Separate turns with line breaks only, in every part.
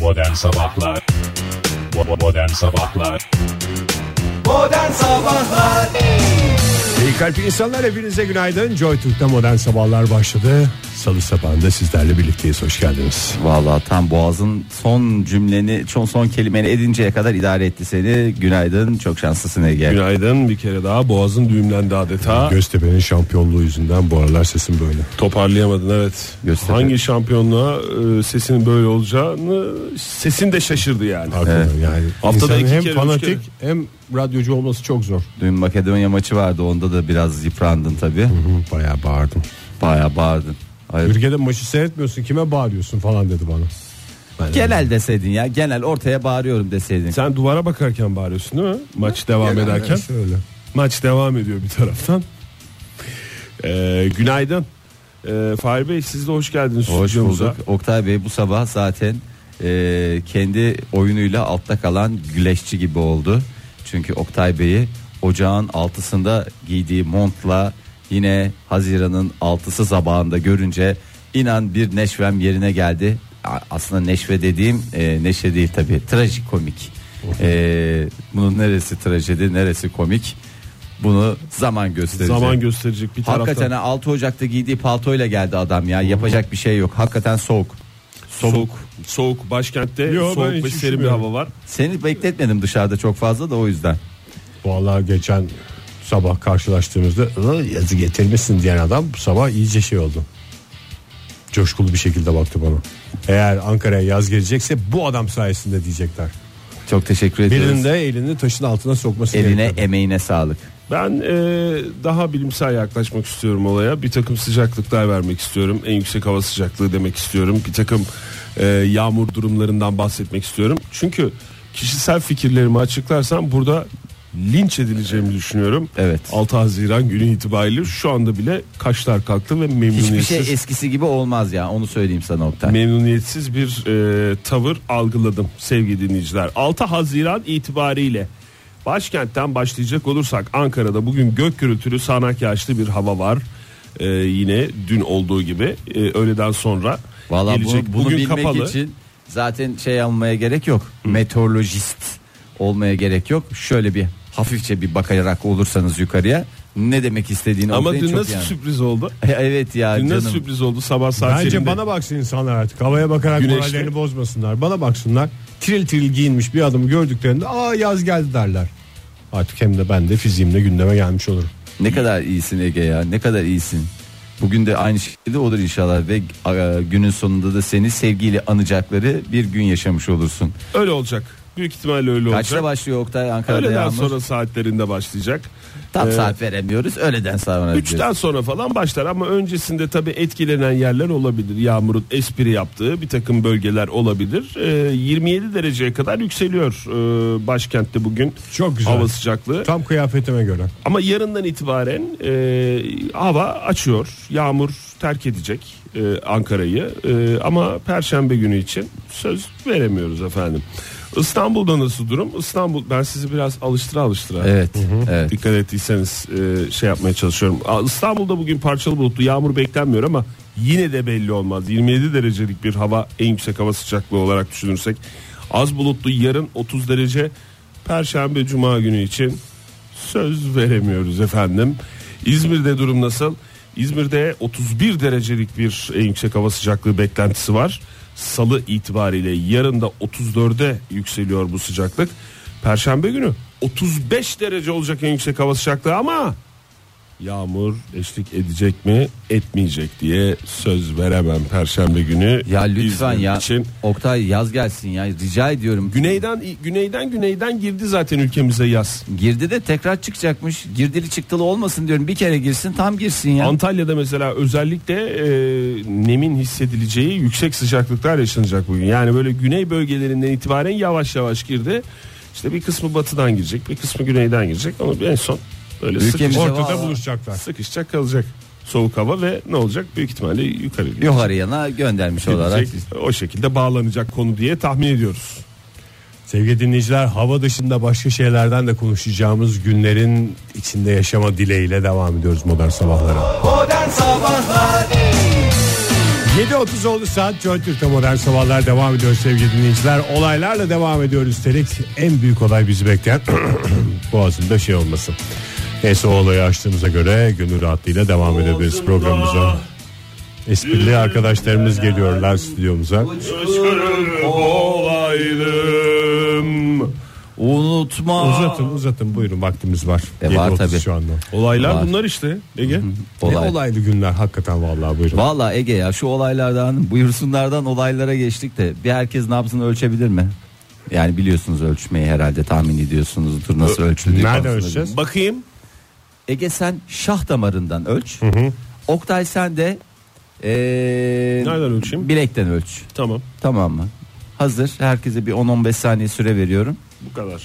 Modern Sabahlar Bo- Modern Sabahlar
Modern Sabahlar
İyi kalp insanlar hepinize günaydın. Joy Türk'te modern sabahlar başladı. Salı sabahında sizlerle birlikteyiz. Hoş geldiniz.
Vallahi tam boğazın son cümleni, son son kelimeni edinceye kadar idare etti seni. Günaydın, çok şanslısın Ege.
Günaydın bir kere daha boğazın düğümlendi adeta
Göztepe'nin şampiyonluğu yüzünden bu aralar sesim böyle.
toparlayamadın evet.
Göster.
Hangi şampiyonluğa e, sesinin böyle olacağını sesin de şaşırdı yani.
Hakikaten yani
Haftada
insanın
iki
hem
kere, üç
fanatik
kere.
hem radyocu olması çok zor.
Dün Makedonya maçı vardı, onda da biraz yıprandın tabi.
Hı, Bayağı bağırdım.
Baya bağırdın. Hayır.
Ülkede maçı seyretmiyorsun kime bağırıyorsun falan dedi bana. Ben de-
Genel deseydin ya, genel ortaya bağırıyorum deseydin.
Sen duvara bakarken bağırıyorsun değil mi? Maç devam
Genel
ederken.
arası öyle.
Maç devam ediyor bir taraftan. E, günaydın. E, Fahri Bey siz de hoş geldiniz
Hoş
stüdyomuza.
bulduk. Oktay Bey bu sabah zaten e, kendi oyunuyla altta kalan güleşçi gibi oldu. Çünkü Oktay Bey'i ocağın altısında giydiği montla yine Haziran'ın altısı sabahında görünce inan bir neşvem yerine geldi. A- Aslında neşve dediğim e, neşe değil tabii trajikomik. E, bunun neresi trajedi neresi komik bunu zaman gösterecek.
Zaman gösterecek bir taraftan.
Hakikaten ha, 6 Ocak'ta giydiği paltoyla geldi adam ya. Yapacak bir şey yok. Hakikaten soğuk.
soğuk. Soğuk, başkentte
Yo, ben
soğuk
hiç
ve serin bir
üşümüyorum.
hava var.
Seni bekletmedim dışarıda çok fazla da o yüzden.
Vallahi geçen sabah karşılaştığımızda "Iı, yazı getirmişsin diyen adam bu sabah iyice şey oldu. Coşkulu bir şekilde baktı bana. Eğer Ankara'ya yaz gelecekse bu adam sayesinde diyecekler.
Çok teşekkür ediyoruz.
Birinin de elini taşın altına sokması
Eline
gerekiyor.
emeğine sağlık.
Ben e, daha bilimsel yaklaşmak istiyorum olaya. Bir takım sıcaklıklar vermek istiyorum. En yüksek hava sıcaklığı demek istiyorum. Bir takım e, yağmur durumlarından bahsetmek istiyorum. Çünkü kişisel fikirlerimi açıklarsam burada linç edileceğimi düşünüyorum.
Evet.
6 Haziran günü itibariyle şu anda bile kaşlar kalktı ve
Hiçbir şey
memnuniyetsiz
eskisi gibi olmaz ya onu söyleyeyim sana Oktay.
memnuniyetsiz bir e, tavır algıladım sevgili dinleyiciler. 6 Haziran itibariyle başkentten başlayacak olursak Ankara'da bugün gök gürültülü sağanak yağışlı bir hava var. E, yine dün olduğu gibi e, öğleden sonra
Valla
gelecek.
bunu, bunu
bugün
bilmek
kapalı.
için zaten şey almaya gerek yok. Meteorolojist olmaya gerek yok. Şöyle bir hafifçe bir bakarak olursanız yukarıya ne demek istediğini
Ama
anlayın
dün
çok
nasıl
yani.
sürpriz oldu?
evet ya
Dün nasıl
canım.
sürpriz oldu sabah saatlerinde?
Bence bana baksın insanlar artık havaya bakarak
Güneşli.
morallerini bozmasınlar. Bana baksınlar tril tril giyinmiş bir adamı gördüklerinde aa yaz geldi derler. Artık hem de ben de fiziğimle gündeme gelmiş olurum.
Ne kadar iyisin Ege ya ne kadar iyisin. Bugün de aynı şekilde olur inşallah ve e, günün sonunda da seni sevgiyle anacakları bir gün yaşamış olursun.
Öyle olacak. Büyük ihtimalle öyle
Kaçta
olacak.
başlıyor Oktay Ankara'da
Öğleden
yağmur?
sonra saatlerinde başlayacak.
Tam
Ee,
saat veremiyoruz öğleden sonra. diyoruz.
3'ten sonra falan başlar ama öncesinde tabii etkilenen yerler olabilir. Yağmurun espri yaptığı bir takım bölgeler olabilir. Ee, 27 dereceye kadar yükseliyor ee, başkentte bugün
Çok güzel.
hava sıcaklığı.
Tam kıyafetime göre.
Ama yarından itibaren ee, hava açıyor. Yağmur terk edecek ee, Ankara'yı Ee, ama perşembe günü için söz veremiyoruz efendim. İstanbul'da nasıl durum? İstanbul ben sizi biraz alıştıra alıştıra
Evet evet.
Dikkat ettiyseniz e, şey yapmaya çalışıyorum. Aa, İstanbul'da bugün parçalı bulutlu yağmur beklenmiyor ama yine de belli olmaz. 27 derecelik bir hava en yüksek hava sıcaklığı olarak düşünürsek az bulutlu yarın 30 derece perşembe cuma günü için söz veremiyoruz efendim. İzmir'de durum nasıl? İzmir'de 31 derecelik bir en yüksek hava sıcaklığı beklentisi var. Salı itibariyle yarın da 34'e yükseliyor bu sıcaklık. Perşembe günü 35 derece olacak en yüksek hava sıcaklığı ama yağmur eşlik edecek mi etmeyecek diye söz veremem perşembe günü.
Ya lütfen
İzmir
ya
Için.
Oktay yaz gelsin ya rica ediyorum.
Güneyden güneyden güneyden girdi zaten ülkemize yaz.
Girdi de tekrar çıkacakmış. Girdili çıktılı olmasın diyorum. Bir kere girsin tam girsin ya.
Antalya'da mesela özellikle e, nemin hissedileceği yüksek sıcaklıklar yaşanacak bugün. Yani böyle güney bölgelerinden itibaren yavaş yavaş girdi. İşte bir kısmı batıdan girecek, bir kısmı güneyden girecek. Ama en son böyle
Ülkemize
sıkışacak,
vallahi-
Ortada buluşacaklar.
sıkışacak kalacak. Soğuk hava ve ne olacak? Büyük ihtimalle yukarı gidecek.
Yukarı yana göndermiş olarak.
O şekilde bağlanacak konu diye tahmin ediyoruz.
Sevgili dinleyiciler hava dışında başka şeylerden de konuşacağımız günlerin içinde yaşama dileğiyle devam ediyoruz modern sabahlara.
Modern Sabahlar
7.30 oldu saat Joy Türk'te modern sabahlar devam ediyor sevgili dinleyiciler. Olaylarla devam ediyor üstelik en büyük olay bizi bekleyen boğazımda şey olmasın. Neyse o olayı açtığımıza göre gönül rahatlığıyla devam edebiliriz programımıza. Esprili arkadaşlarımız geliyorlar stüdyomuza.
Olaydım.
Unutma.
Uzatın uzatın buyurun vaktimiz var.
E, var
7.30
tabii.
şu anda.
Olaylar
Var.
bunlar işte Ege.
Ne
Olay.
olaylı günler hakikaten vallahi buyurun.
Valla Ege ya şu olaylardan buyursunlardan olaylara geçtik de bir herkes nabzını ölçebilir mi? Yani biliyorsunuz ölçmeyi herhalde tahmin ediyorsunuzdur nasıl ölçüldüğü.
Nerede
konusunda.
ölçeceğiz?
Bakayım.
Ege sen şah damarından ölç. Oktay sen de ee,
Nereden ölçeyim?
bilekten ölç.
Tamam.
Tamam mı? Hazır. Herkese bir 10-15 saniye süre veriyorum.
Bu kadar.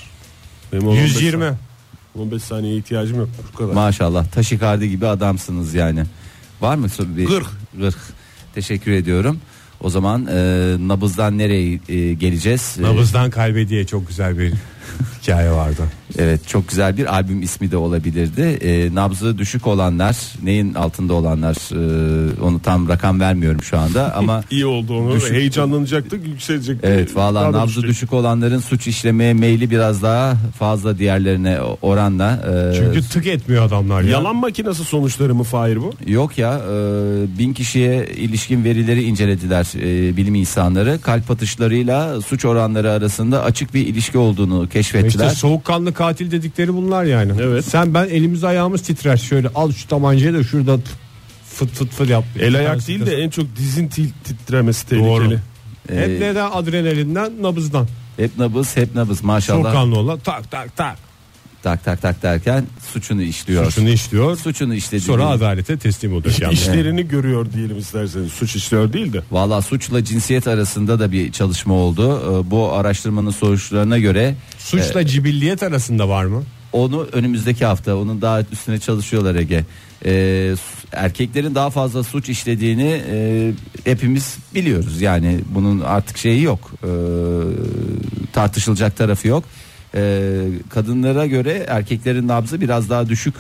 Benim 15
120.
15 saniyeye ihtiyacım yok. Bu kadar.
Maşallah taşikardi gibi adamsınız yani. Var mı? Bir...
Kırk.
Kırk. Teşekkür ediyorum. O zaman e, nabızdan nereye e, geleceğiz? E,
Nabızdan kalbe diye çok güzel bir hikaye vardı.
evet çok güzel bir albüm ismi de olabilirdi. E, nabzı düşük olanlar neyin altında olanlar e, onu tam rakam vermiyorum şu anda ama...
İyi oldu onu.
Düşük-
Heyecanlanacaktık, yükselecektik.
Evet valla
Daha da
nabzı
düşecek.
düşük olanların suç işlemeye meyli biraz daha fazla diğerlerine oranla. e,
Çünkü tık etmiyor adamlar ya.
Yalan makinesi sonuçları mı Fahir bu?
Yok ya e, bin kişiye ilişkin verileri incelediler e, bilim insanları. Kalp atışlarıyla suç oranları arasında açık bir ilişki olduğunu keşfettiler.
İşte soğukkanlı katil dedikleri bunlar yani.
Evet.
Sen ben elimiz ayağımız titrer. Şöyle al şu tabancayı da şurada fıt fıt fıt yap.
El ayak değil de en çok dizin til- titremesi tehlikeli.
Doğru.
Ee,
Hep neden adrenalinden nabızdan.
hep nabız hep nabız maşallah
Soğukkanlı olan tak tak tak.
tak tak tak derken suçunu işliyor.
Suçunu işliyor.
Suçunu işledi.
Sonra adalete teslim oluyor. Yani.
İşlerini görüyor diyelim isterseniz. Suç işliyor değil de.
Valla suçla cinsiyet arasında da bir çalışma oldu. E, bu araştırmanın sonuçlarına göre
Suçla cibilliyet arasında var mı?
Onu önümüzdeki hafta onun daha üstüne çalışıyorlar Ege. Ee, su- erkeklerin daha fazla suç işlediğini e, hepimiz biliyoruz. Yani bunun artık şeyi yok. Ee, tartışılacak tarafı yok. Ee, kadınlara göre erkeklerin nabzı biraz daha düşük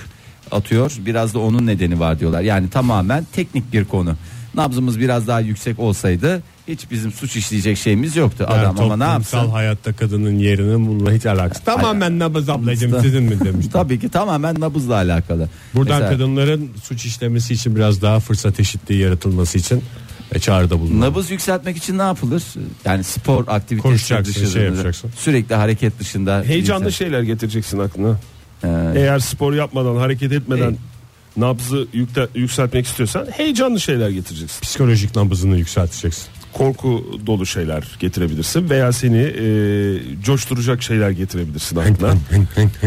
atıyor. Biraz da onun nedeni var diyorlar. Yani tamamen teknik bir konu. Nabzımız biraz daha yüksek olsaydı hiç bizim suç işleyecek şeyimiz yoktu.
Yani
Adam ama ne
toplumsal
yapsın?
hayatta kadının yerinin bununla hiç alakası. Tamamen nabız ablacığım sizin mi demiş.
Tabii ki tamamen nabızla alakalı.
Buradan
Mesela-
kadınların suç işlemesi için biraz daha fırsat eşitliği yaratılması için e, çağrıda bulunuyor.
Nabız yükseltmek için ne yapılır? Yani spor aktivitesi
Koşacaksın,
dışında
şey yapacaksın. şey-
sürekli hareket dışında
Heyecanlı
insan-
şeyler getireceksin aklına.
Ee,
Eğer spor yapmadan, hareket etmeden
Evet.
nabzı yükle- yükseltmek istiyorsan heyecanlı şeyler getireceksin.
Psikolojik nabızını yükselteceksin.
Korku dolu şeyler getirebilirsin veya seni e, coşturacak şeyler getirebilirsin aklına.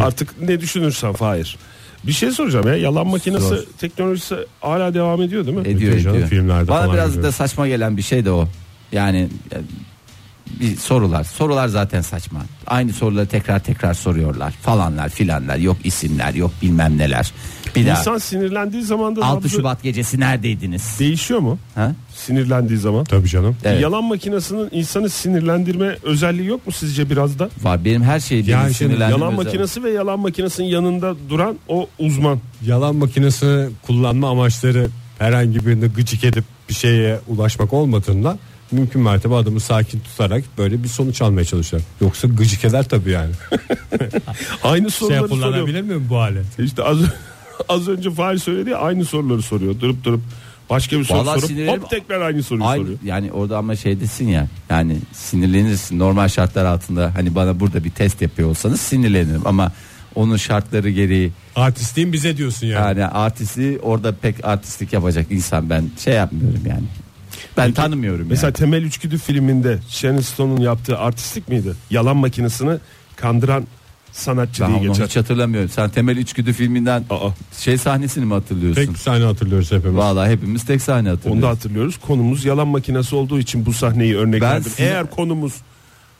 Artık ne düşünürsen Fahir. Bir şey soracağım ya yalan makinesi
Sor.
teknolojisi hala devam ediyor değil mi?
ediyor
Heyecanlı
ediyor.
filmlerde
Bana
falan
biraz da
görüyoruz.
saçma gelen bir şey de o. Yani e, bir sorular. Sorular zaten saçma. Aynı soruları tekrar tekrar soruyorlar falanlar filanlar. Yok isimler, yok bilmem neler. Bir daha
İnsan sinirlendiği zaman da
6
nabzı
Şubat gecesi neredeydiniz?
değişiyor mu?
Ha?
Sinirlendiği zaman.
Tabii canım.
Evet.
Yalan makinesinin insanı sinirlendirme özelliği yok mu sizce biraz da?
Var benim her şey
Ya şimdi
beni sinirlendirme
Yalan
özel-
makinesi ve yalan makinesinin yanında duran o uzman.
Yalan makinesi kullanma amaçları herhangi birini gıcık edip bir şeye ulaşmak olmadığından mümkün mertebe adamı sakin tutarak böyle bir sonuç almaya çalışıyor. Yoksa gıcık eder tabii yani.
Şey
Aynı soruları soruyor.
kullanabilir mi bu alet?
İşte az, az önce Fahir söyledi ya, aynı soruları soruyor. Durup durup başka bir soru
Vallahi
sorup
sinirlerim-
hop tekrar aynı soruyu
Aynı,
soruyor.
yani orada ama şeydesin ya yani sinirlenirsin normal şartlar altında hani bana burada bir test yapıyor olsanız sinirlenirim ama onun şartları gereği
Artistliğin bize diyorsun yani.
yani artisti orada pek artistlik yapacak insan ben şey yapmıyorum yani ben tanımıyorum
Mesela
yani.
Temel Üçgüdü filminde Sharon Stone'un yaptığı artistlik miydi? Yalan makinesini kandıran sanatçı
Ben
diye
onu
geçer.
hiç hatırlamıyorum sen temel içgüdü filminden
Aa,
şey sahnesini mi hatırlıyorsun?
Tek bir sahne hatırlıyoruz hepimiz.
Vallahi hepimiz tek sahne
onu da
hatırlıyoruz.
hatırlıyoruz. Konumuz yalan makinesi olduğu için bu sahneyi örneklendim.
sinir-
Eğer konumuz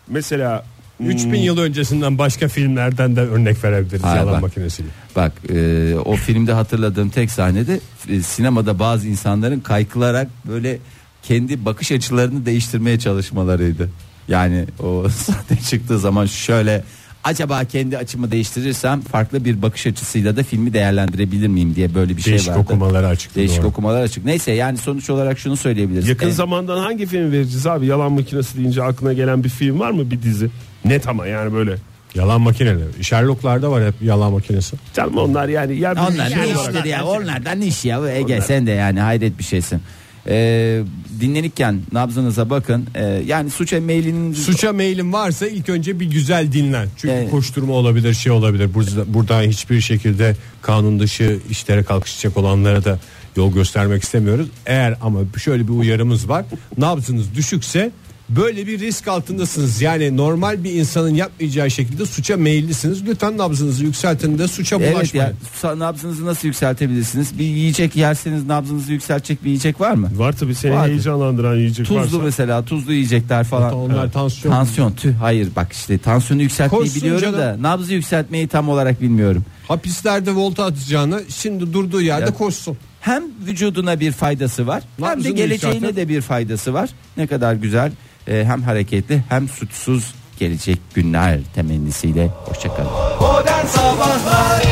mesela hmm,
3000 yıl öncesinden başka filmlerden de örnek verebiliriz
Hayır,
yalan
bak.
makinesiyle.
Bak e, o filmde hatırladığım tek sahnede e, sinemada bazı insanların kaykılarak böyle kendi bakış açılarını değiştirmeye çalışmalarıydı. Yani o sahne çıktığı zaman şöyle acaba kendi açımı değiştirirsem farklı bir bakış açısıyla da filmi değerlendirebilir miyim diye böyle bir
Değişik
şey vardı.
okumaları açıkladı
Değişik
orada.
okumalar açık. Neyse yani sonuç olarak şunu söyleyebiliriz.
Yakın
En-
zamandan hangi film vereceğiz abi? Yalan makinesi deyince aklına gelen bir film var mı? Bir dizi. Net ama yani böyle.
Yalan makineleri. Sherlock'larda var hep yalan makinesi.
Canım onlar yani. Ya bir
Onlar
şey
ne
olarak-
iştir ya? Onlardan iş ya. Ege sen de yani hayret bir şeysin. Ee, dinlenirken nabzınıza bakın. Ee, yani suça meylinin
Suça meyilin varsa ilk önce bir güzel dinlen. Çünkü
Evet.
koşturma olabilir, şey olabilir. Burada, burada hiçbir şekilde kanun dışı işlere kalkışacak olanlara da yol göstermek istemiyoruz. Eğer ama şöyle bir uyarımız var. Nabzınız düşükse böyle bir risk altındasınız. Yani normal bir insanın yapmayacağı şekilde suça meyillisiniz. Lütfen nabzınızı yükseltin de suça
Evet
bulaşmayın.
ya sa- nabzınızı nasıl yükseltebilirsiniz? Bir yiyecek yerseniz nabzınızı yükseltecek bir yiyecek var mı?
Var tabii seni
Vardı.
heyecanlandıran yiyecek
Tuzlu
varsa.
mesela tuzlu yiyecekler falan.
Onlar
Evet.
tansiyon.
Tansiyon tüh hayır bak işte tansiyonu yükseltmeyi
Koşsun
biliyorum
canım.
da nabzı yükseltmeyi tam olarak bilmiyorum.
Hapislerde volta atacağına şimdi durduğu yerde
Ya.
koşsun.
Hem vücuduna bir faydası var hem de
Nabzını
geleceğine
yükseltir.
de bir faydası var. Ne kadar güzel e, hem hareketli hem suçsuz gelecek günler temennisiyle hoşçakalın.
Modern Sabahlar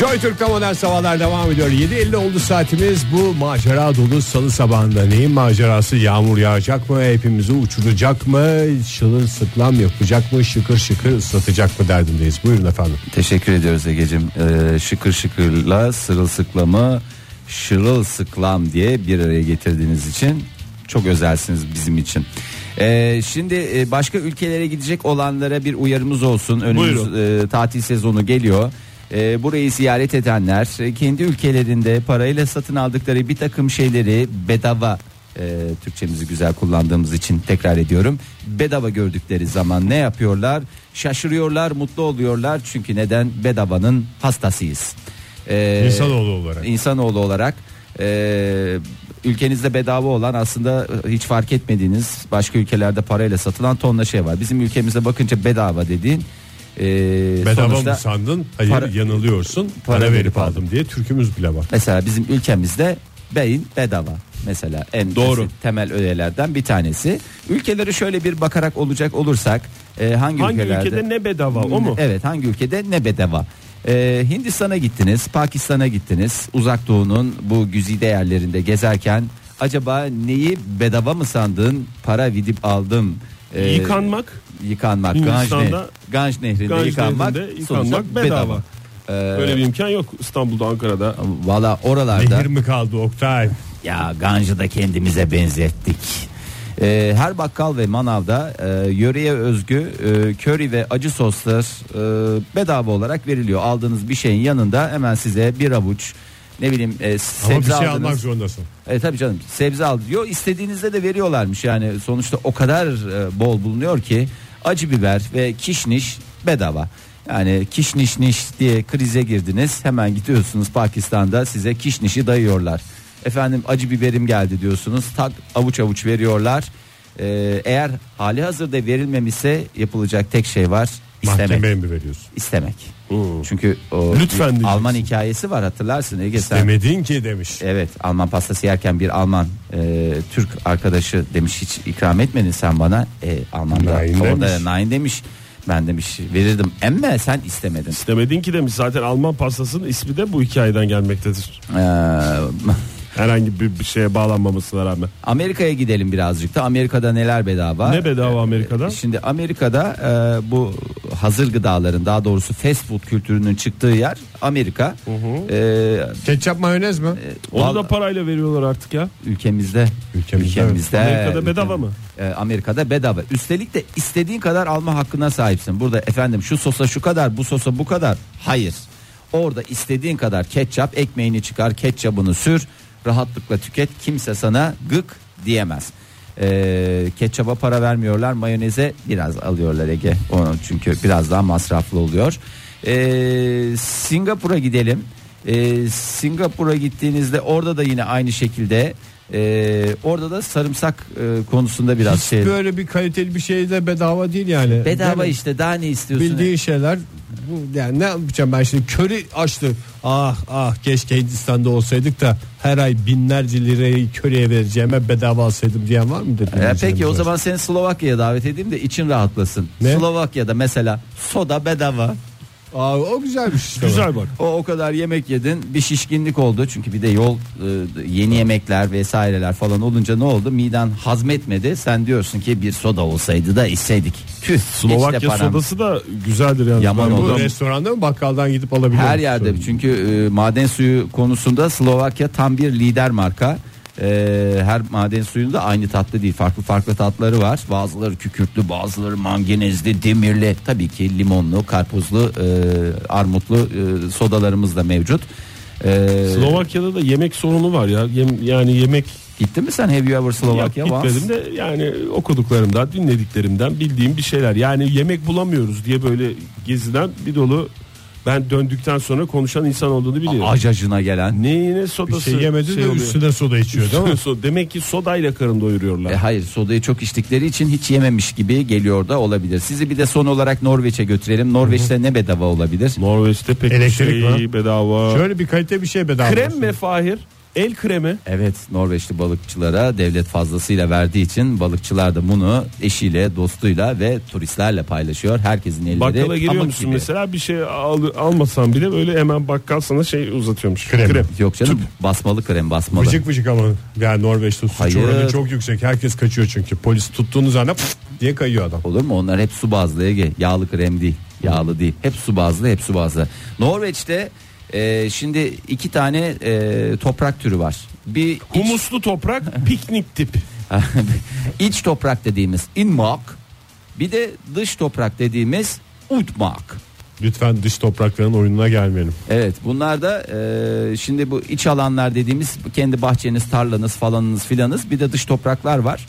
Joy Türk'te modern sabahlar devam ediyor. 7.50 oldu saatimiz. Bu macera dolu salı sabahında neyin macerası? Yağmur yağacak mı? Hepimizi uçuracak mı? Şılır sıklam yapacak mı? Şıkır şıkır ıslatacak mı derdindeyiz. Buyurun efendim.
Teşekkür ediyoruz Ege'cim. Ee, şıkır şıkırla sırılsıklamı şırılsıklam diye bir araya getirdiğiniz için çok özelsiniz bizim için. Ee, şimdi e, başka ülkelere gidecek olanlara bir uyarımız olsun. Önümüz e, tatil sezonu geliyor. E, burayı ziyaret edenler e, kendi ülkelerinde parayla satın aldıkları bir takım şeyleri bedava e, Türkçemizi güzel kullandığımız için tekrar ediyorum. Bedava gördükleri zaman ne yapıyorlar? Şaşırıyorlar, mutlu oluyorlar. Çünkü neden? Bedavanın hastasıyız. E,
İnsanoğlu olarak.
İnsanoğlu olarak e, ülkenizde bedava olan aslında hiç fark etmediğiniz başka ülkelerde parayla satılan tonla şey var. Bizim ülkemize bakınca bedava dediğin e,
Bedava
sonuçta-
mı sandın? Hayır
para-
yanılıyorsun. Para,
para
verip
verip
aldım diye türkümüz bile var.
Mesela bizim ülkemizde beyin bedava. Mesela en
Doğru.
basit temel öğelerden bir tanesi. Ülkeleri şöyle bir bakarak olacak olursak e, hangi,
Hangi
ülkelerde
ülkede ne bedava o mu?
Evet hangi ülkede ne bedava. E, Hindistan'a gittiniz, Pakistan'a gittiniz. Uzak Doğu'nun bu güzide yerlerinde gezerken acaba neyi bedava mı sandın? Para vidip aldım. E,
Ee,
Yıkanmak
yıkanmak. Ganj,
Hindistan'da-
nehri- Ganj nehrinde
Ganj
yıkanmak,
nehrinde
sonuçta
yıkanmak bedava.
E,
öyle bir imkan yok İstanbul'da Ankara'da.
Valla oralarda
Nehir mi kaldı Oktay?
Ya Ganj'ı da kendimize benzettik. Ee, her bakkal ve manavda e, yöreye özgü e, köri ve acı soslar e, bedava olarak veriliyor. Aldığınız bir şeyin yanında hemen size bir avuç ne bileyim e, sebze
Ama bir şey
aldınız.
almak zorundasın.
E tabii canım sebze al diyor. İstediğinizde de veriyorlarmış. Yani sonuçta o kadar e, bol bulunuyor ki acı biber ve kişniş bedava. Yani kişniş niş diye krize girdiniz. Hemen gidiyorsunuz Pakistan'da size kişnişi dayıyorlar. Efendim acı biberim geldi diyorsunuz. Tak avuç avuç veriyorlar. E, eğer hali hazırda verilmemişse yapılacak tek şey var. istemek.
Mahkemeye mi veriyorsun?
İstemek. Çünkü o
Lütfen diyeceksin.
Alman hikayesi var hatırlarsın Ege sen.
Demedin ki demiş.
Evet Alman pastası yerken bir Alman e, Türk arkadaşı demiş hiç ikram etmedin sen bana. E, Alman'da
Nein
orada
demiş.
nein demiş. Ben demiş verirdim emme sen istemedin.
Demedin ki demiş zaten Alman pastasının ismi de bu hikayeden gelmektedir.
Ee,
Herhangi bir, bir şeye bağlanmamasına rağmen.
Amerika'ya gidelim birazcık da Amerika'da neler bedava.
Ne bedava Amerika'da?
Şimdi Amerika'da e, bu hazır gıdaların daha doğrusu fast food kültürünün çıktığı yer Amerika. E,
Ketçap mayonez mi?
Onu da
Vallahi-
parayla veriyorlar artık ya.
ülkemizde
Ülkemizde,
Amerika'da bedava mı?
E, Amerika'da bedava. Üstelik de istediğin kadar alma hakkına sahipsin. Burada efendim şu sosa şu kadar, bu sosa bu kadar. Hayır. Orada istediğin kadar ketçap ekmeğini çıkar, ketçabını sür, rahatlıkla tüket. Kimse sana gık diyemez. E, ketçaba para vermiyorlar, mayoneze biraz alıyorlar Ege. Onu çünkü biraz daha masraflı oluyor. E, Ee, Singapur'a gidelim. E, Singapur'a gittiğinizde orada da yine aynı şekilde Ee, orada da sarımsak e, konusunda biraz
Hiç
şey.
böyle bir kaliteli bir şey de bedava değil yani.
Bedava
Değil mi?
işte daha ne istiyorsun?
Bildiğin şeyler bu yani ne yapacağım ben şimdi köri açtı. Ah ah keşke Hindistan'da olsaydık da her ay binlerce lirayı köreye vereceğime bedava alsaydım diyen var mı dedi.
Ya E, Ee, peki o
dinleyicilerimiz
zaman seni Slovakya'ya davet edeyim de için rahatlasın.
Ne?
Slovakya'da mesela soda bedava.
arasında. Aa, o şey. güzelmiş. işte
Güzel bak.
O o kadar yemek yedin, bir şişkinlik oldu. Çünkü bir de yol e, yeni yemekler vesaireler falan olunca ne oldu? Miden hazmetmedi. Sen diyorsun ki bir soda olsaydı da içseydik. Tüh, geçti
Slovakya
param.
sodası da güzeldir yani.
Yaman
Ben
oldu.
Bu
buradan-
restoranda mı bakkaldan gidip alabilirim?
Her yerde çünkü e, maden suyu konusunda Slovakya tam bir lider marka. E, her maden suyunda da aynı tatlı değil. Farklı farklı tatları var. Bazıları kükürtlü, bazıları mangenezli, demirli. Tabii ki limonlu, karpuzlu, e, armutlu e, sodalarımız da mevcut. E,
Slovakya'da da yemek sorunu var ya. Yem- yani yemek
Gittin mi sen Have You Ever Slovakia
Yok,
once?
gitmedim de yani okuduklarımdan dinlediklerimden bildiğim bir şeyler yani yemek bulamıyoruz diye böyle geziden bir dolu ben döndükten sonra konuşan insan olduğunu biliyorum.
Acacına gelen.
Neyine
Bir
sodası
şey yemedi de
oluyor.
üstüne soda içiyor değil mi?
So- Demek ki sodayla karın doyuruyorlar.
E, hayır sodayı çok içtikleri için hiç yememiş gibi geliyor da olabilir. Sizi bir de son olarak Norveç'e götürelim. Norveç'te ne bedava olabilir?
Norveç'te pek
Elektrik
şey
var.
bedava.
Şöyle bir kalite bir şey bedava.
Krem
olsun.
mi Fahir? El kremi.
Evet Norveçli balıkçılara devlet fazlasıyla verdiği için balıkçılar da bunu eşiyle, dostuyla ve turistlerle paylaşıyor. Herkesin elleri
Bakkala giriyor
pamuk
musun
gibi.
mesela bir şey al, almasan bile böyle hemen bakkal sana şey uzatıyormuş.
Krem.
Yok canım basmalı krem basmalı.
Vıcık vıcık ama yani Norveç'te suç
Hayır.
oranı çok yüksek. Herkes kaçıyor çünkü. Polis tuttuğunuz anda pf diye kayıyor adam.
Olur mu? Onlar hep su bazlı Ege. Yağlı krem değil. Yağlı değil. Hep su bazlı, hep su bazlı. Norveç'te e, şimdi iki tane e, toprak türü var. Bir iç-
Humuslu toprak piknik tip.
iç toprak dediğimiz inmak. Bir de dış toprak dediğimiz utmak.
Lütfen dış toprakların oyununa gelmeyelim.
Evet bunlar da e, şimdi bu iç alanlar dediğimiz kendi bahçeniz, tarlanız falanınız filanız bir de dış topraklar var.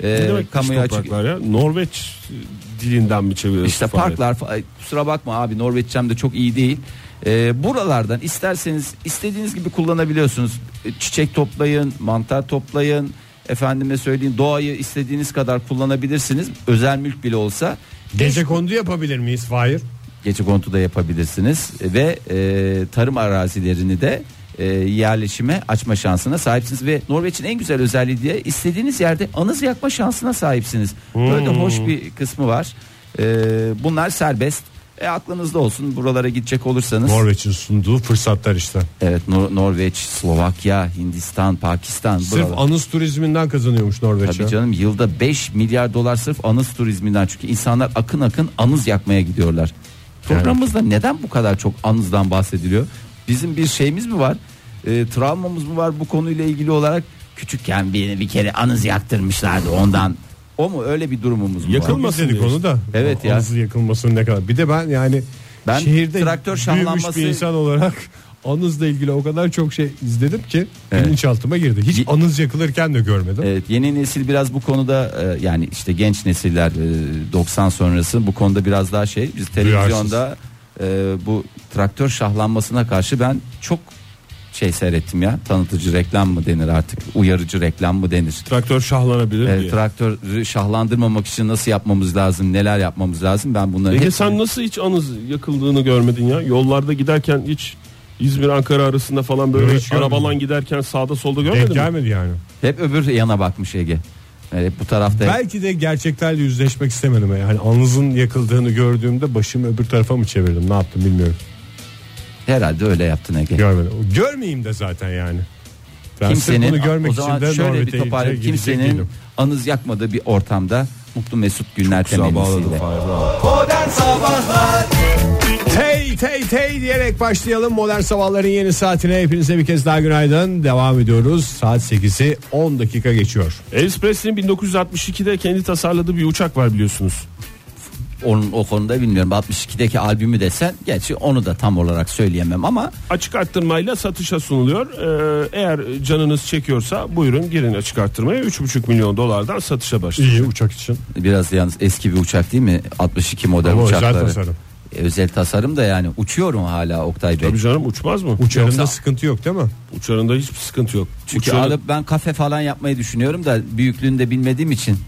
E,
Ne demek dış
kamuya açık-
topraklar ya? Norveç e, dilinden mi çeviriyorsun?
İşte
Fahir?
parklar fa- ay, kusura bakma abi Norveççem de çok iyi değil. Ee, buralardan isterseniz istediğiniz gibi kullanabiliyorsunuz. Ee, Çiçek toplayın, mantar toplayın. Efendime söyleyeyim doğayı istediğiniz kadar kullanabilirsiniz. Özel mülk bile olsa
Gece kondu yapabilir miyiz? Hayır.
gece kontu da yapabilirsiniz ve e, tarım arazilerini de e, yerleşime açma şansına sahipsiniz ve Norveç'in en güzel özelliği diye istediğiniz yerde anız yakma şansına sahipsiniz. Böyle hoş bir kısmı var. E, bunlar serbest. E, aklınızda olsun buralara gidecek olursanız.
Norveç'in sunduğu fırsatlar işte.
evet Nor- Norveç, Slovakya, Hindistan, Pakistan.
Sırf
buralar.
anıs turizminden kazanıyormuş Norveç.
Tabii
ya.
canım yılda 5 milyar dolar sırf anız turizminden çünkü insanlar akın akın anız yakmaya gidiyorlar. Programımızda neden bu kadar çok anızdan bahsediliyor? Bizim bir şeyimiz mi var? Ee, travmamız mı var bu konuyla ilgili olarak? Küçükken bir, bir kere anız yaktırmışlardı ondan. O mu öyle bir durumumuz mu var?
Yakılma-
Yakılmasın dedik
diyorsun.
onu da.
Evet ya.
Anısın yakılmasının ne kadar. Bir de ben yani
Ben
şehirde
traktör
büyümüş
şahlanması-
bir insan olarak anızla ilgili o kadar çok şey izledim ki bilinçaltıma girdi.
Ye-
Hiç anız yakılırken de görmedim.
Evet, yeni nesil biraz bu konuda e, yani işte genç nesiller e, 90 sonrası bu konuda biraz daha şey biz televizyonda e, bu traktör şahlanmasına karşı ben çok şey seyrettim ya tanıtıcı reklam mı denir artık uyarıcı reklam mı denir
Traktör şahlanabilir
e,
diye.
traktörü şahlandırmamak için nasıl yapmamız lazım neler yapmamız lazım ben bunları
Ege
hep
sen nasıl hiç anız yakıldığını görmedin ya? Yollarda giderken hiç İzmir Ankara arasında falan böyle
Yok, hiç görmedim.
arabalan giderken sağda solda
Denk
görmedin mi?
gelmedi yani.
hep öbür yana bakmış Ege E, bu tarafta
Belki de gerçeklerle yüzleşmek istemedim. Yani anızın yakıldığını gördüğümde başımı öbür tarafa mı çevirdim ne yaptım bilmiyorum.
herhalde öyle yaptın Ege
Görmedim. Görmeyeyim de zaten yani. Ben sırf
kimsenin
bunu görmek
o zaman
için de
şöyle
Norveç'e
bir toparlayayım
gidecek
kimsenin
değilim.
anız yakmadığı bir ortamda mutlu mesut günler temennisiyle.
Modern Sabahlar
Tey tey tey diyerek başlayalım modern sabahların yeni saatine hepinize bir kez daha günaydın devam ediyoruz saat 8'i 10 dakika geçiyor
Elvis Presley'in 1962'de kendi tasarladığı bir uçak var biliyorsunuz.
Onun o konuda bilmiyorum 62'deki albümü desen gerçi onu da tam olarak söyleyemem ama
Açık arttırmayla satışa sunuluyor. Ee, eğer canınız çekiyorsa buyurun girin açık arttırmaya 3,5 milyon dolardan satışa başlıyor.
iyi uçak için
biraz yalnız eski bir uçak değil mi 62 model
Ama özel
uçakları. E,
tasarım.
özel tasarım da yani uçuyorum hala Oktay Bey.
Tabii canım uçmaz mı?
Uçarında
Yoksa-
sıkıntı yok değil mi?
Uçarında hiçbir sıkıntı yok.
Çünkü
Uçarı-
alıp ben kafe falan yapmayı düşünüyorum da büyüklüğünü de bilmediğim için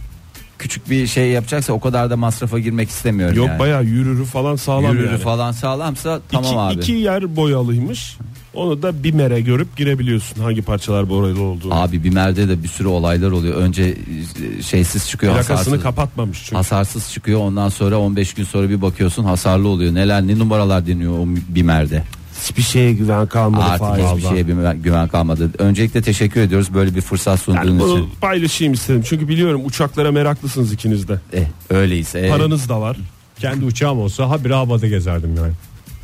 küçük bir şey yapacaksa o kadar da masrafa girmek istemiyorum
yok
yani.
bayağı yürürü falan sağlam
Yürürü
yani.
falan sağlamsa tamam
iki,
abi.
iki yer boyalıymış. Onu da bir mere görüp girebiliyorsun hangi parçalar boyalı olduğunu.
Abi Bimer'de de bir sürü olaylar oluyor. Önce e, şeysiz çıkıyor
Plakasını
hasarsız.
kapatmamış çünkü.
hasarsız çıkıyor ondan sonra 15 gün sonra bir bakıyorsun hasarlı oluyor. Neler ne numaralar deniyor o Bimer'de.
Hiçbir şeye güven kalmadı
Artık
Fahir.
hiçbir şeye güven- güven kalmadı. Öncelikle teşekkür ediyoruz böyle bir fırsat
Yani
sunduğunuz
bunu
için.
paylaşayım istedim. Çünkü biliyorum uçaklara meraklısınız ikiniz de.
Eh, öyleyse.
Paranız da var.
Kendi uçağım olsa habire havada gezerdim yani.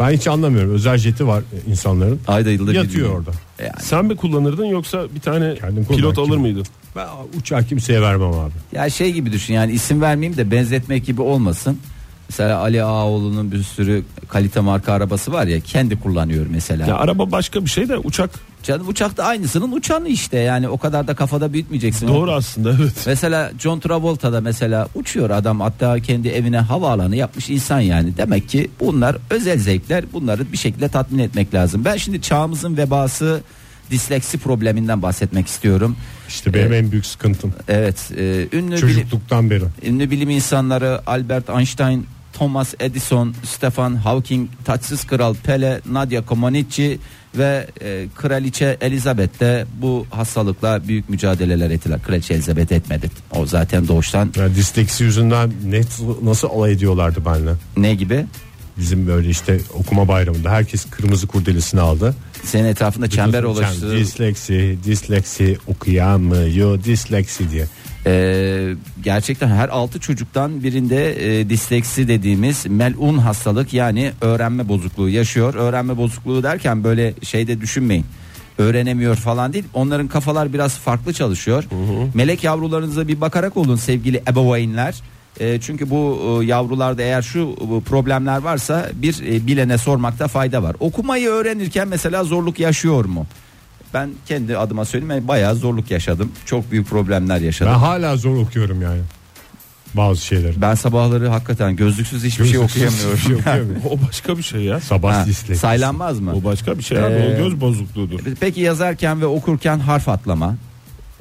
Ben hiç anlamıyorum. Özel jeti var insanların.
Ayda yılda bir
Yatıyor
gün.
orada.
Yani.
Sen mi kullanırdın yoksa bir tane
Kendim
pilot
kullanırım.
alır mıydın?
Ben uçağı kimseye vermem abi.
Ya şey gibi düşün yani isim vermeyeyim de benzetmek gibi olmasın. Mesela Ali Ağaoğlu'nun bir sürü kalite marka arabası var ya kendi kullanıyor mesela.
Ya araba başka bir şey de uçak
Canım uçakta aynısının uçanı işte yani o kadar da kafada büyütmeyeceksin.
doğru aslında evet.
Mesela John Travolta'da mesela uçuyor adam hatta kendi evine havaalanı yapmış insan yani. Demek ki bunlar özel zevkler bunları bir şekilde tatmin etmek lazım. Ben şimdi çağımızın vebası disleksi probleminden bahsetmek istiyorum.
İşte benim
Evet.
en büyük sıkıntım.
Evet e, ünlü bilim,
Çocukluktan beri.
ünlü bilim insanları Albert Einstein, Thomas Edison, Stephen Hawking, Taçsız Kral Pele, Nadia Comaneci ve e, Kraliçe Elizabeth de bu hastalıkla büyük mücadeleler ettiler. Kraliçe Elizabeth etmedi. O zaten doğuştan
Yani disleksi yüzünden net nasıl alay ediyorlardı benimle.
ne gibi?
Bizim böyle işte okuma bayramında herkes kırmızı kurdelesini aldı.
Senin etrafında çember
Bütün-
oluştu.
Disleksi, disleksi okuyamıyor, disleksi diye.
Ee, gerçekten her altı çocuktan birinde e, disleksi dediğimiz melun hastalık yani öğrenme bozukluğu yaşıyor. Öğrenme bozukluğu derken böyle şeyde düşünmeyin. Öğrenemiyor falan değil. Onların kafalar biraz farklı çalışıyor. Melek yavrularınıza bir bakarak olun sevgili ebeveynler. E, çünkü bu e, yavrularda eğer şu e, problemler varsa bir e, bilene sormakta fayda var. Okumayı öğrenirken mesela zorluk yaşıyor mu? Ben kendi adıma söyleyeyim ben bayağı zorluk yaşadım. Çok büyük problemler yaşadım.
Ben hala zor okuyorum yani. Bazı şeyleri.
Ben sabahları hakikaten gözlüksüz hiçbir şey okuyamıyorum.
Hiçbir şey okuyamıyorum.
O başka bir şey ya.
Sabah
Ha,
disleksi.
saylanmaz mı?
O başka bir şey abi.
Ee,
O göz bozukluğudur.
Peki yazarken ve okurken harf atlama.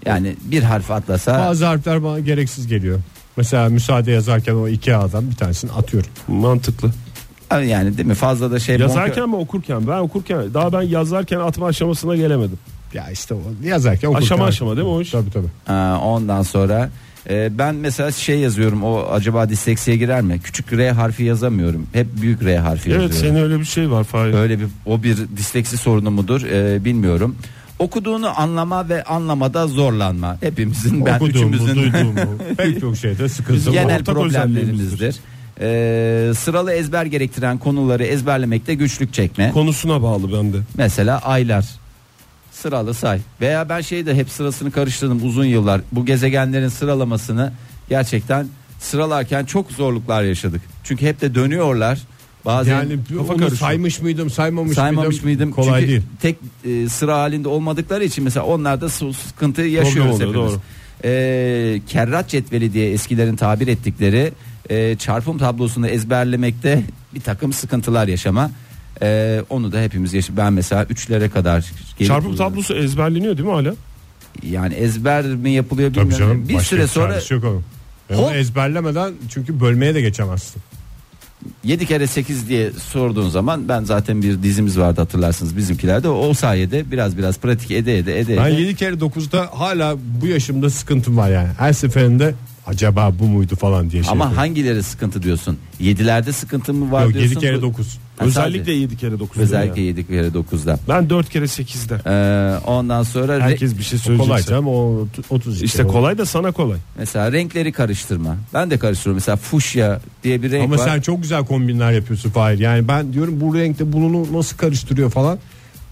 Yani bir harf atlasa
Bazı harfler bana gereksiz geliyor. Mesela müsaade yazarken o iki adam bir tanesini atıyorum.
Mantıklı.
e, yani değil mi fazla da şey
Yazarken mi okurken? Ben okurken daha ben yazarken atma aşamasına gelemedim.
Ya işte o yazarken okurken.
Aşama aşama değil mi o iş?
Tabii tabii.
Ha, ondan sonra e, ben mesela şey yazıyorum o acaba disleksiye girer mi? Küçük R harfi yazamıyorum. Hep büyük R harfi
Evet
yazıyorum.
senin öyle bir şey var Fahir.
Öyle bir o bir disleksi sorunu mudur e, bilmiyorum. Okuduğunu anlama ve anlamada zorlanma. Hepimizin ben
Okuduğumu,
üçümüzün
duyduğumu, pek çok şeyde sıkıntım var.
genel
ortak
problemlerimizdir. Ee, sıralı ezber gerektiren konuları ezberlemekte güçlük çekme.
Konusuna bağlı bende.
Mesela aylar. Sıralı say. Veya ben şeyi de hep sırasını karıştırdım uzun yıllar. Bu gezegenlerin sıralamasını gerçekten sıralarken çok zorluklar yaşadık. Çünkü hep de dönüyorlar. Bazen
Yani
Kafa
onu
karışıyor.
saymış mıydım saymamış,
saymamış mıydım?
Kolay
Çünkü
değil.
tek e, sıra halinde olmadıkları için mesela onlar da su- sıkıntı yaşıyoruz
oluyor,
hepimiz.
doğru.
E, kerrat cetveli diye eskilerin tabir ettikleri e, çarpım tablosunu ezberlemekte bir takım sıkıntılar yaşama. E, onu da hepimiz yaşıyoruz. Ben mesela üçlere kadar gelip-
Çarpım tablosu ezberleniyor değil mi hala?
yani ezber mi yapılıyor bilmiyorum.
Tabii canım.
bir
başka
süre sonra
çaresi yok onun. Ve onu
Hop.
ezberlemeden çünkü bölmeye de geçemezsin.
7 kere 8 diye sorduğun zaman ben zaten bir dizimiz vardı hatırlarsınız bizimkilerde. O sayede biraz biraz pratik ede ede ede.
Ben
ede-
7 kere 9'da hala bu yaşımda sıkıntım var yani. Her seferinde acaba bu muydu falan diye şey.
Ama
yapıyorum.
hangileri sıkıntı diyorsun? Yedilerde sıkıntı mı var
Yok,
diyorsun?
7 kere
Bu-
9.
Ha,
Özellikle
sadece-
7 kere 9.
özellikle 7 kere 9'da.
Ben 4 kere 8'de.
Ee, ondan sonra re-
Herkes bir şey
Kolay
söyleyecekse.
canım o 32.
İşte
O.
kolay da sana kolay.
mesela renkleri karıştırma. Ben de karıştırıyorum. Mesela fuşya diye bir renk
Ama
var.
sen çok güzel kombinler yapıyorsun Fahir. Yani ben diyorum bu renkte bunu nasıl karıştırıyor falan.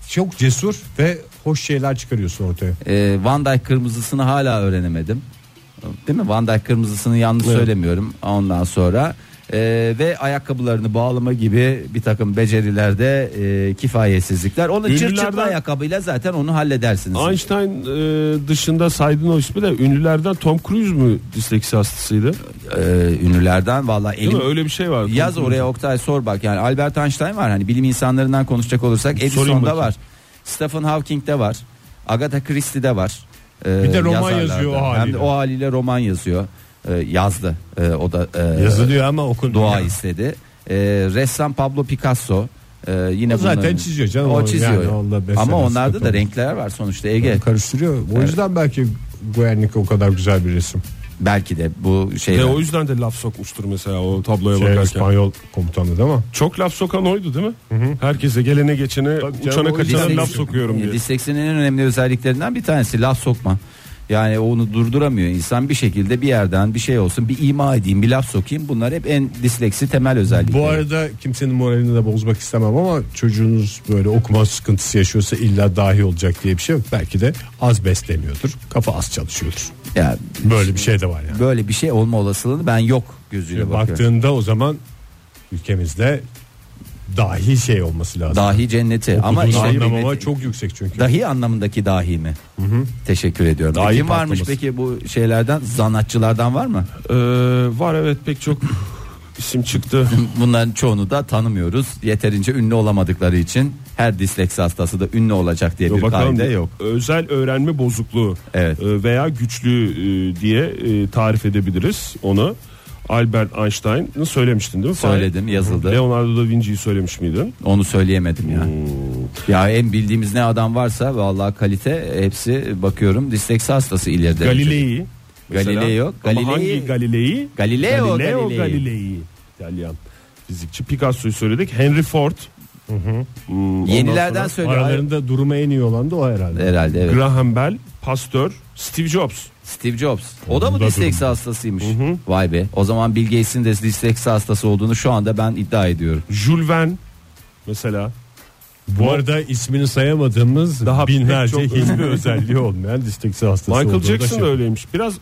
Çok cesur ve hoş şeyler çıkarıyorsun ortaya.
Ee, Van Dyke kırmızısını hala öğrenemedim. Değil mi? Van Dyke kırmızısını yanlış söylemiyorum. Ondan sonra Ee, ve ayakkabılarını bağlama gibi bir takım becerilerde e, kifayetsizlikler. Onu
Ünlülerden-
çırçıklı ayakkabıyla zaten onu halledersiniz.
Einstein e, dışında saydığın o ismi de ünlülerden Tom Cruise mü disleksi hastasıydı?
Ee, ünlülerden valla
Değil
elim
mi? Öyle bir şey var.
Yaz
Tom
oraya Oktay sor bak yani Albert Einstein var hani bilim insanlarından konuşacak olursak
Sorayım
Edison'da
bakayım.
var. Stephen Hawking'de var. Agatha Christie'de var. Ee,
Bir de roman yazıyor o
yazarlardan. Hem
haliyle.
de o haliyle roman yazıyor. Ee, yazdı. Ee, o da e,
Yazılıyor ama okunmuyor.
dua istedi. Ee, ressam Pablo Picasso Ee, yine
O zaten
bunların-
çiziyor canım,
O
o
çiziyor.
yani Allah beslemez,
Ama onlarda
sıkıntı
da
olmaz.
renkler var sonuçta Ege.
Karıştırıyor. O yüzden belki Guernica o kadar güzel bir resim.
Belki de bu
Cruise.
E,
şeyler.
Ve o yüzden de laf sokmuştur mesela o tabloya
Şey,
bakarken.
İspanyol komutanı değil mi?
Çok laf sokan oydu değil mi? Herkese gelene geçene
Tabii canım,
uçana
o
kaçana
yüzden-
laf sokuyorum diye.
Disleksinin en önemli özelliklerinden bir tanesi laf sokma. Yani onu durduramıyor insan bir şekilde bir yerden bir şey olsun bir ima edeyim bir laf sokayım bunlar hep en disleksi temel özellikleri.
Bu arada kimsenin moralini de bozmak istemem ama çocuğunuz böyle okuma sıkıntısı yaşıyorsa illa dahi olacak diye bir şey yok. Belki de az besleniyordur. Kafa az çalışıyordur.
Yani
Böyle bir şey de var yani.
böyle bir şey olma olasılığını ben yok gözüyle
E,
bakıyorum.
Baktığında o zaman ülkemizde dahi şey olması lazım.
Dahi cenneti ama
Okuduğunu
işte-
anlamama çok yüksek çünkü.
dahi anlamındaki dahi mi? Teşekkür ediyorum.
Dahi
Kim varmış
patlaması.
peki bu şeylerden zanatçılardan var mı?
Ee, var evet pek çok isim çıktı.
Bunların çoğunu da tanımıyoruz. Yeterince ünlü olamadıkları için her disleksi hastası da ünlü olacak diye bir
Bakalım
kaide yok.
özel öğrenme bozukluğu
Evet.
e, veya güçlü e, diye e, tarif edebiliriz onu. Albert Einstein'ı söylemiştin değil mi?
Söyledim, yazıldı.
Leonardo da Vinci'yi söylemiş miydin?
Onu söyleyemedim ya. Ya en bildiğimiz ne adam varsa vallahi kalite hepsi bakıyorum disleksi hastası ileride.
Galilei'yi. mesela.
Galileo,
Ama
Galilei-
hangi Galilei'yi?
Galileo, Galilei.
Galilei'yi. İtalyan fizikçi Picasso'yu söyledik. Henry Ford. Hmm, ondan
Yenilerden
sonra
söyle.
Aralarında durumu en iyi olan da o herhalde.
Herhalde evet.
Graham Bell, Pasteur, Steve Jobs.
Steve Jobs. O da mı
Onda
disleksi hastasıymış? Vay be. O zaman Bill Gates'in de disleksi hastası olduğunu şu anda ben iddia ediyorum.
Jules Verne mesela.
Bu arada ismini sayamadığımız
Daha
daha binlerce
pek çok
hiçbir özelliği olmayan disleksi hastası
Michael
olduğu da
Jackson
şey.
da öyleymiş. Biraz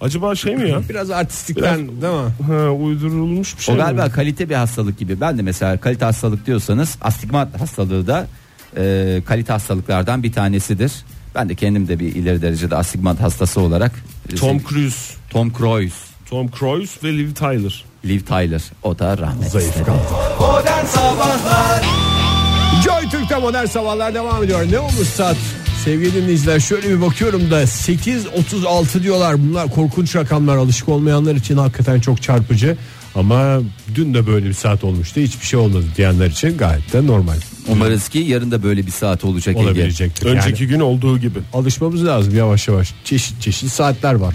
acaba şey mi ya?
Biraz artistlikten değil mi?
Ha, uydurulmuş bir şey
O
mi?
galiba kalite bir hastalık gibi. Ben de mesela kalite hastalık diyorsanız astigmat hastalığı da e, kalite hastalıklardan bir tanesidir. Ben de kendim de bir ileri derecede astigmat hastası olarak e,
Tom Cruise.
Tom Cruise
Tom Cruise ve Liv Tyler.
Liv Tyler o da rahmet
Zayıf
istedi.
kaldı.
Modern Sabahlar
Joy Türk'te modern sabahlar devam ediyor. Ne olmuş saat? Sevgili dinleyiciler şöyle bir bakıyorum da 8.36 diyorlar. Bunlar korkunç rakamlar alışık olmayanlar için hakikaten çok çarpıcı. Ama dün de böyle bir saat olmuştu. Hiçbir şey olmadı diyenler için gayet de normal
Umarız ki yarın da böyle bir saat olacak Ege.
olabilecektir.
Önceki
Yani
gün olduğu gibi.
alışmamız lazım yavaş yavaş. Çeşit çeşit saatler var.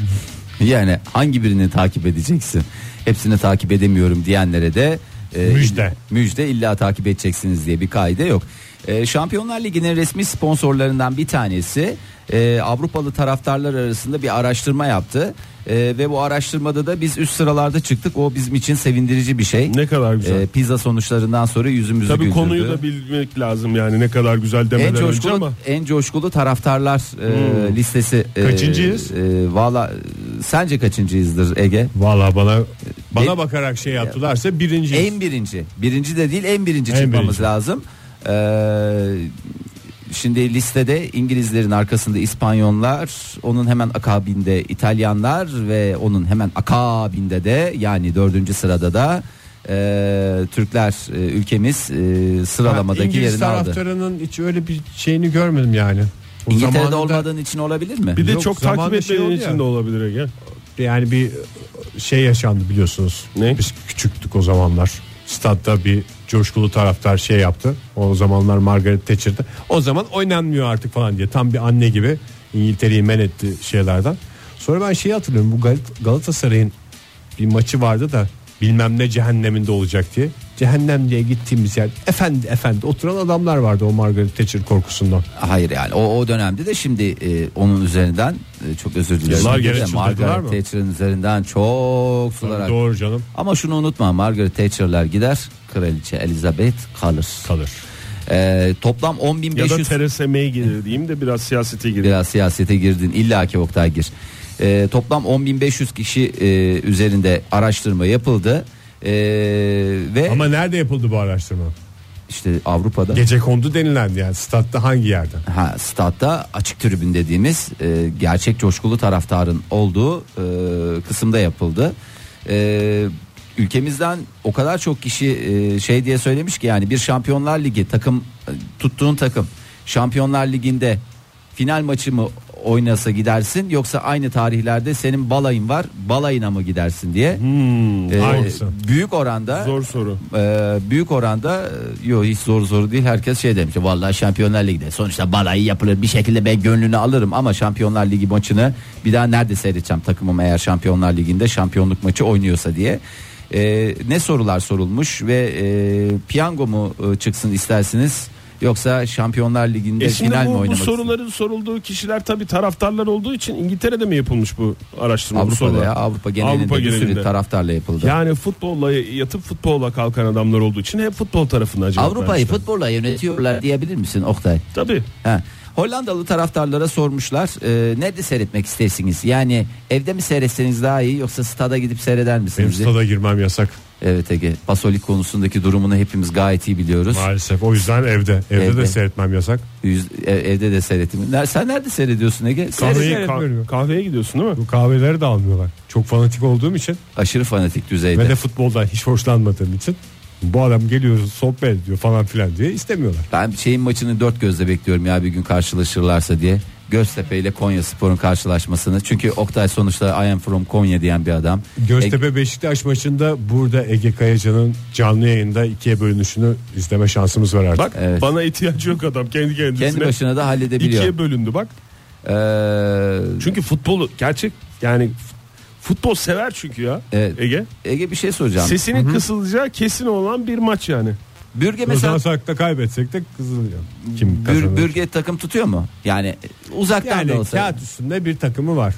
Yani hangi birini takip edeceksin? Hepsini takip edemiyorum diyenlere de e,
Müjde.
müjde illa takip edeceksiniz diye bir kaide yok. E, Şampiyonlar Ligi'nin resmi sponsorlarından bir tanesi e, Avrupalı taraftarlar arasında bir araştırma yaptı. E, ve bu araştırmada da biz üst sıralarda çıktık. O bizim için sevindirici bir şey.
Ne kadar güzel.
E, pizza sonuçlarından sonra yüzümüzü
Tabii
güldürdü.
konuyu da bilmek lazım yani ne kadar güzel demeden
en
önce
coşkulu
ama. Hmm.
en coşkulu taraftarlar e, listesi. e,
Kaçıncıyız?
e, Valla e, sence kaçıncıyızdır Ege?
Valla bana bana
E-
bakarak şey yaptılarsa birinci.
En birinci. Birinci de değil en birinci
En
çıkmamız
birinci.
lazım. Ee, şimdi listede İngilizlerin arkasında İspanyollar, onun hemen akabinde İtalyanlar ve onun hemen akabinde de yani dördüncü sırada da e, Türkler e, ülkemiz e, sıralamadaki
İngiliz
yerini aldı.
taraftarının hiç öyle bir şeyini görmedim yani. O
İngiltere'de
zamanında-
olmadığın için olabilir mi?
Bir de
Yok,
çok takip
zamanında şey
etmediğin
oldu
için
ya.
de olabilir Ege.
yani bir şey yaşandı biliyorsunuz.
Ne?
Biz küçüktük o zamanlar. Statta bir coşkulu taraftar şey yaptı. O zamanlar Margaret Thatcher'dı. O zaman oynanmıyor artık falan diye. Tam bir anne gibi İngiltere'yi men etti şeylerden. Sonra ben şeyi hatırlıyorum. Bu Gal- Galatasaray'ın bir maçı vardı da bilmem ne cehenneminde olacak diye. Cehennem diye gittiğimiz yer efendi efendi oturan adamlar vardı o Margaret Thatcher korkusundan.
Hayır yani o, o dönemde de şimdi e, onun üzerinden e, çok özür dilerim.
Yıllar
Bir de
geri çıldırdılar
Margaret
mı?
Thatcher'ın üzerinden çok sular aktı.
Doğru canım
Ama şunu unutma Margaret Thatcher'lar gider Kraliçe Elizabeth kalır.
kalır.
Ee, toplam
Ya da
10.500
Theresa May gelir diyeyim de biraz siyasete girelim.
biraz siyasete girdin illaki Oktay gir. Ee, toplam 10.500 kişi e, üzerinde araştırma yapıldı. E, ve
Ama nerede yapıldı bu araştırma?
işte Avrupa'da
Gece kondu denilen yani statta hangi yerden?
Ha, statta açık tribün dediğimiz e, gerçek coşkulu taraftarın olduğu e, kısımda yapıldı. E, ülkemizden o kadar çok kişi e, şey diye söylemiş ki yani bir Şampiyonlar Ligi takım e, tuttuğun takım Şampiyonlar Ligi'nde final maçı mı oynasa gidersin yoksa aynı tarihlerde senin balayın var balayına mı gidersin diye E,
aynısı.
büyük oranda
Zor soru.
ee, büyük oranda e, yo hiç zor zor değil herkes şey demiş vallahi Şampiyonlar Ligi'de sonuçta balayı yapılır bir şekilde ben gönlünü alırım ama Şampiyonlar Ligi maçını bir daha nerede seyredeceğim takımım eğer Şampiyonlar Ligi'nde şampiyonluk maçı oynuyorsa diye Ee, ne sorular sorulmuş ve e, piyango mu e, çıksın istersiniz yoksa Şampiyonlar Ligi'nde
E şimdi
final mi
bu, bu
oynamak istersiniz?
soruların sorulduğu kişiler tabii taraftarlar olduğu için İngiltere'de mi yapılmış bu araştırma? bu
Avrupa'da
sorular?
ya Avrupa genelinde
Avrupa
bir sürü
genelinde.
taraftarla yapıldı.
Yani futbolla yatıp futbolla kalkan adamlar olduğu için hep futbol tarafından cevap
Avrupa'yı
vermişler.
futbolla yönetiyorlar diyebilir misin Oktay?
Tabii.
Ha. Hollandalı taraftarlara sormuşlar e, nerede seyretmek istersiniz? Yani evde mi seyretseniz daha iyi yoksa stada gidip seyreder
Benim
misiniz? diye.
stada girmem yasak
Evet Ege pasolik konusundaki durumunu hepimiz gayet iyi biliyoruz.
maalesef. O yüzden evde. Evde,
Evde.
de seyretmem yasak.
Yüz- e- evde de seyretim. Ner- Sen nerede seyrediyorsun Ege?
Kahveyi-
Seyret-
Kahveye,
seyretmiyorum.
kahveye gidiyorsun değil mi?
Bu kahveleri de almıyorlar. Çok fanatik olduğum için
Aşırı fanatik düzeyde.
ve de futboldan hiç hoşlanmadığım için bu adam geliyor sohbet ediyor falan filan diye istemiyorlar.
Ben şeyin maçını dört gözle bekliyorum ya bir gün karşılaşırlarsa diye. Göztepe ile Konya Spor'un karşılaşmasını. Çünkü Oktay sonuçta I am from Konya diyen bir adam.
Göztepe Beşiktaş maçında burada Ege Kayacan'ın canlı yayında ikiye bölünüşünü izleme şansımız var artık.
Bak
Evet.
bana ihtiyacı yok adam kendi kendisine.
Kendi başına da halledebiliyor.
ikiye bölündü bak.
Ee,
Çünkü futbolu gerçek yani f- futbol sever çünkü ya
Evet.
E-
Ege.
Ege bir şey soracağım.
Sesinin kısılacağı kesin olan bir maç yani.
Bürge mesela
Kazansak da kaybetsek de kızılıyor. Kim
Bür-
kazanır?
Bürge takım tutuyor mu? Yani uzaktan da
yani
olsa.
kağıt üstünde bir takımı var.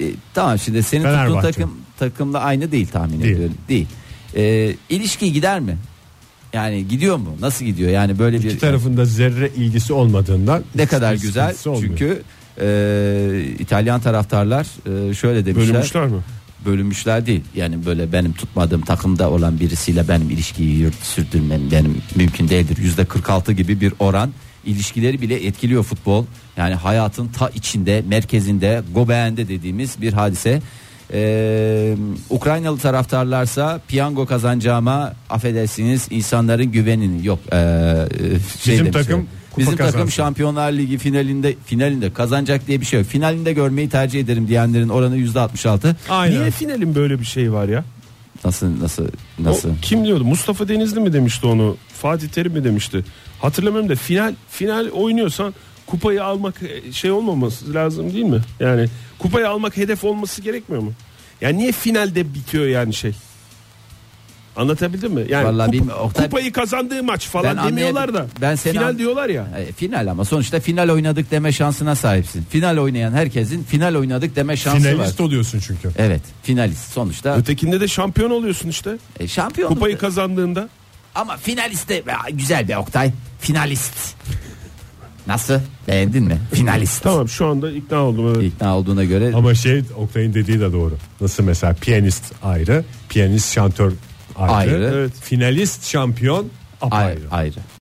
E, tamam şimdi senin tuttuğun
Fenerbahçe.
takım takımla aynı değil tahmin
Değil.
ediyorum. Değil. E, ilişki gider mi? Yani gidiyor mu? Nasıl gidiyor? Yani böyle
İki
bir
tarafında zerre ilgisi olmadığından
ne
hiç
kadar
bir
güzel.
sıkıntısı olmuyor.
Çünkü e, İtalyan taraftarlar e, şöyle demişler.
Bölünmüşler mi?
bölünmüşler değil. Yani böyle benim tutmadığım takımda olan birisiyle benim ilişkiyi yürüt- sürdürmem benim mümkün değildir. Yüzde 46 gibi bir oran ilişkileri bile etkiliyor futbol. Yani hayatın ta içinde, merkezinde, gobeğinde dediğimiz bir hadise. Ee, Ukraynalı taraftarlarsa piyango kazanacağıma affedersiniz insanların güvenini yok. ee, e, şey
Bizim
demişler.
takım kupa
bizim takım
kazansın.
Şampiyonlar Ligi finalinde finalinde kazanacak diye bir şey yok. Finalinde görmeyi tercih ederim diyenlerin oranı yüzde 66.
Aynen.
Niye finalin böyle bir şeyi var ya?
Nasıl nasıl
O
nasıl?
kim diyordu? Mustafa Denizli mi demişti onu? Fatih Terim mi demişti? Hatırlamıyorum da final final oynuyorsan kupayı almak e, şey olmaması lazım değil mi? Yani kupayı almak hedef olması gerekmiyor mu? Yani niye finalde bitiyor yani şey? Anlatabildim mi? Yani
Vallahi
kupa-
bilmiyorum. Oktay-
kupayı kazandığı maç
Ben
falan demiyorlar da.
anlayabil- ben seni
final
an-
diyorlar ya.
E, final ama sonuçta final oynadık deme şansına sahipsin. Final oynayan herkesin final oynadık deme şansı
finalist
var.
oluyorsun çünkü.
Evet, finalist sonuçta
Ötekinde de şampiyon oluyorsun işte.
e, şampiyon.
Kupayı kazandığında.
ama finalist de Aa, güzel be Oktay. Finalist. Nasıl? Beğendin mi? Finalist.
Tamam şu anda ikna oldum evet.
İkna olduğuna göre
Ama şey Oktay'ın dediği de doğru. Nasıl mesela piyanist ayrı, piyanist şantör ayrı,
Ayrı.
Evet. finalist şampiyon apayrı.
ayrı ayrı.